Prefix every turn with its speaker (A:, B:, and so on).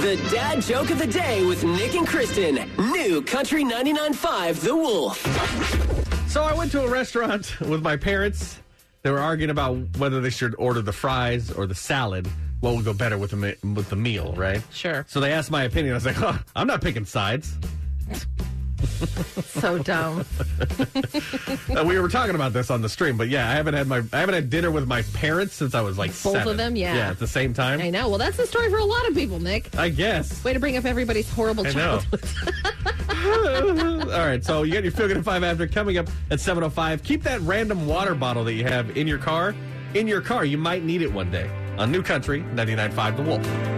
A: The Dad Joke of the Day with Nick and Kristen. New Country 99.5 The Wolf.
B: So I went to a restaurant with my parents. They were arguing about whether they should order the fries or the salad. What would go better with the me- with the meal, right?
C: Sure.
B: So they asked my opinion. I was like, huh, I'm not picking sides.
C: So dumb.
B: Uh, we were talking about this on the stream, but yeah, I haven't had my I haven't had dinner with my parents since I was like
C: of
B: seven.
C: them? Yeah.
B: yeah, at the same time.
C: I know. Well, that's the story for a lot of people, Nick.
B: I guess.
C: Way to bring up everybody's horrible
B: I know.
C: childhood.
B: All right, so you got your Feel at 5 after coming up at 7.05. Keep that random water bottle that you have in your car in your car. You might need it one day. On New Country, 99.5 The Wolf.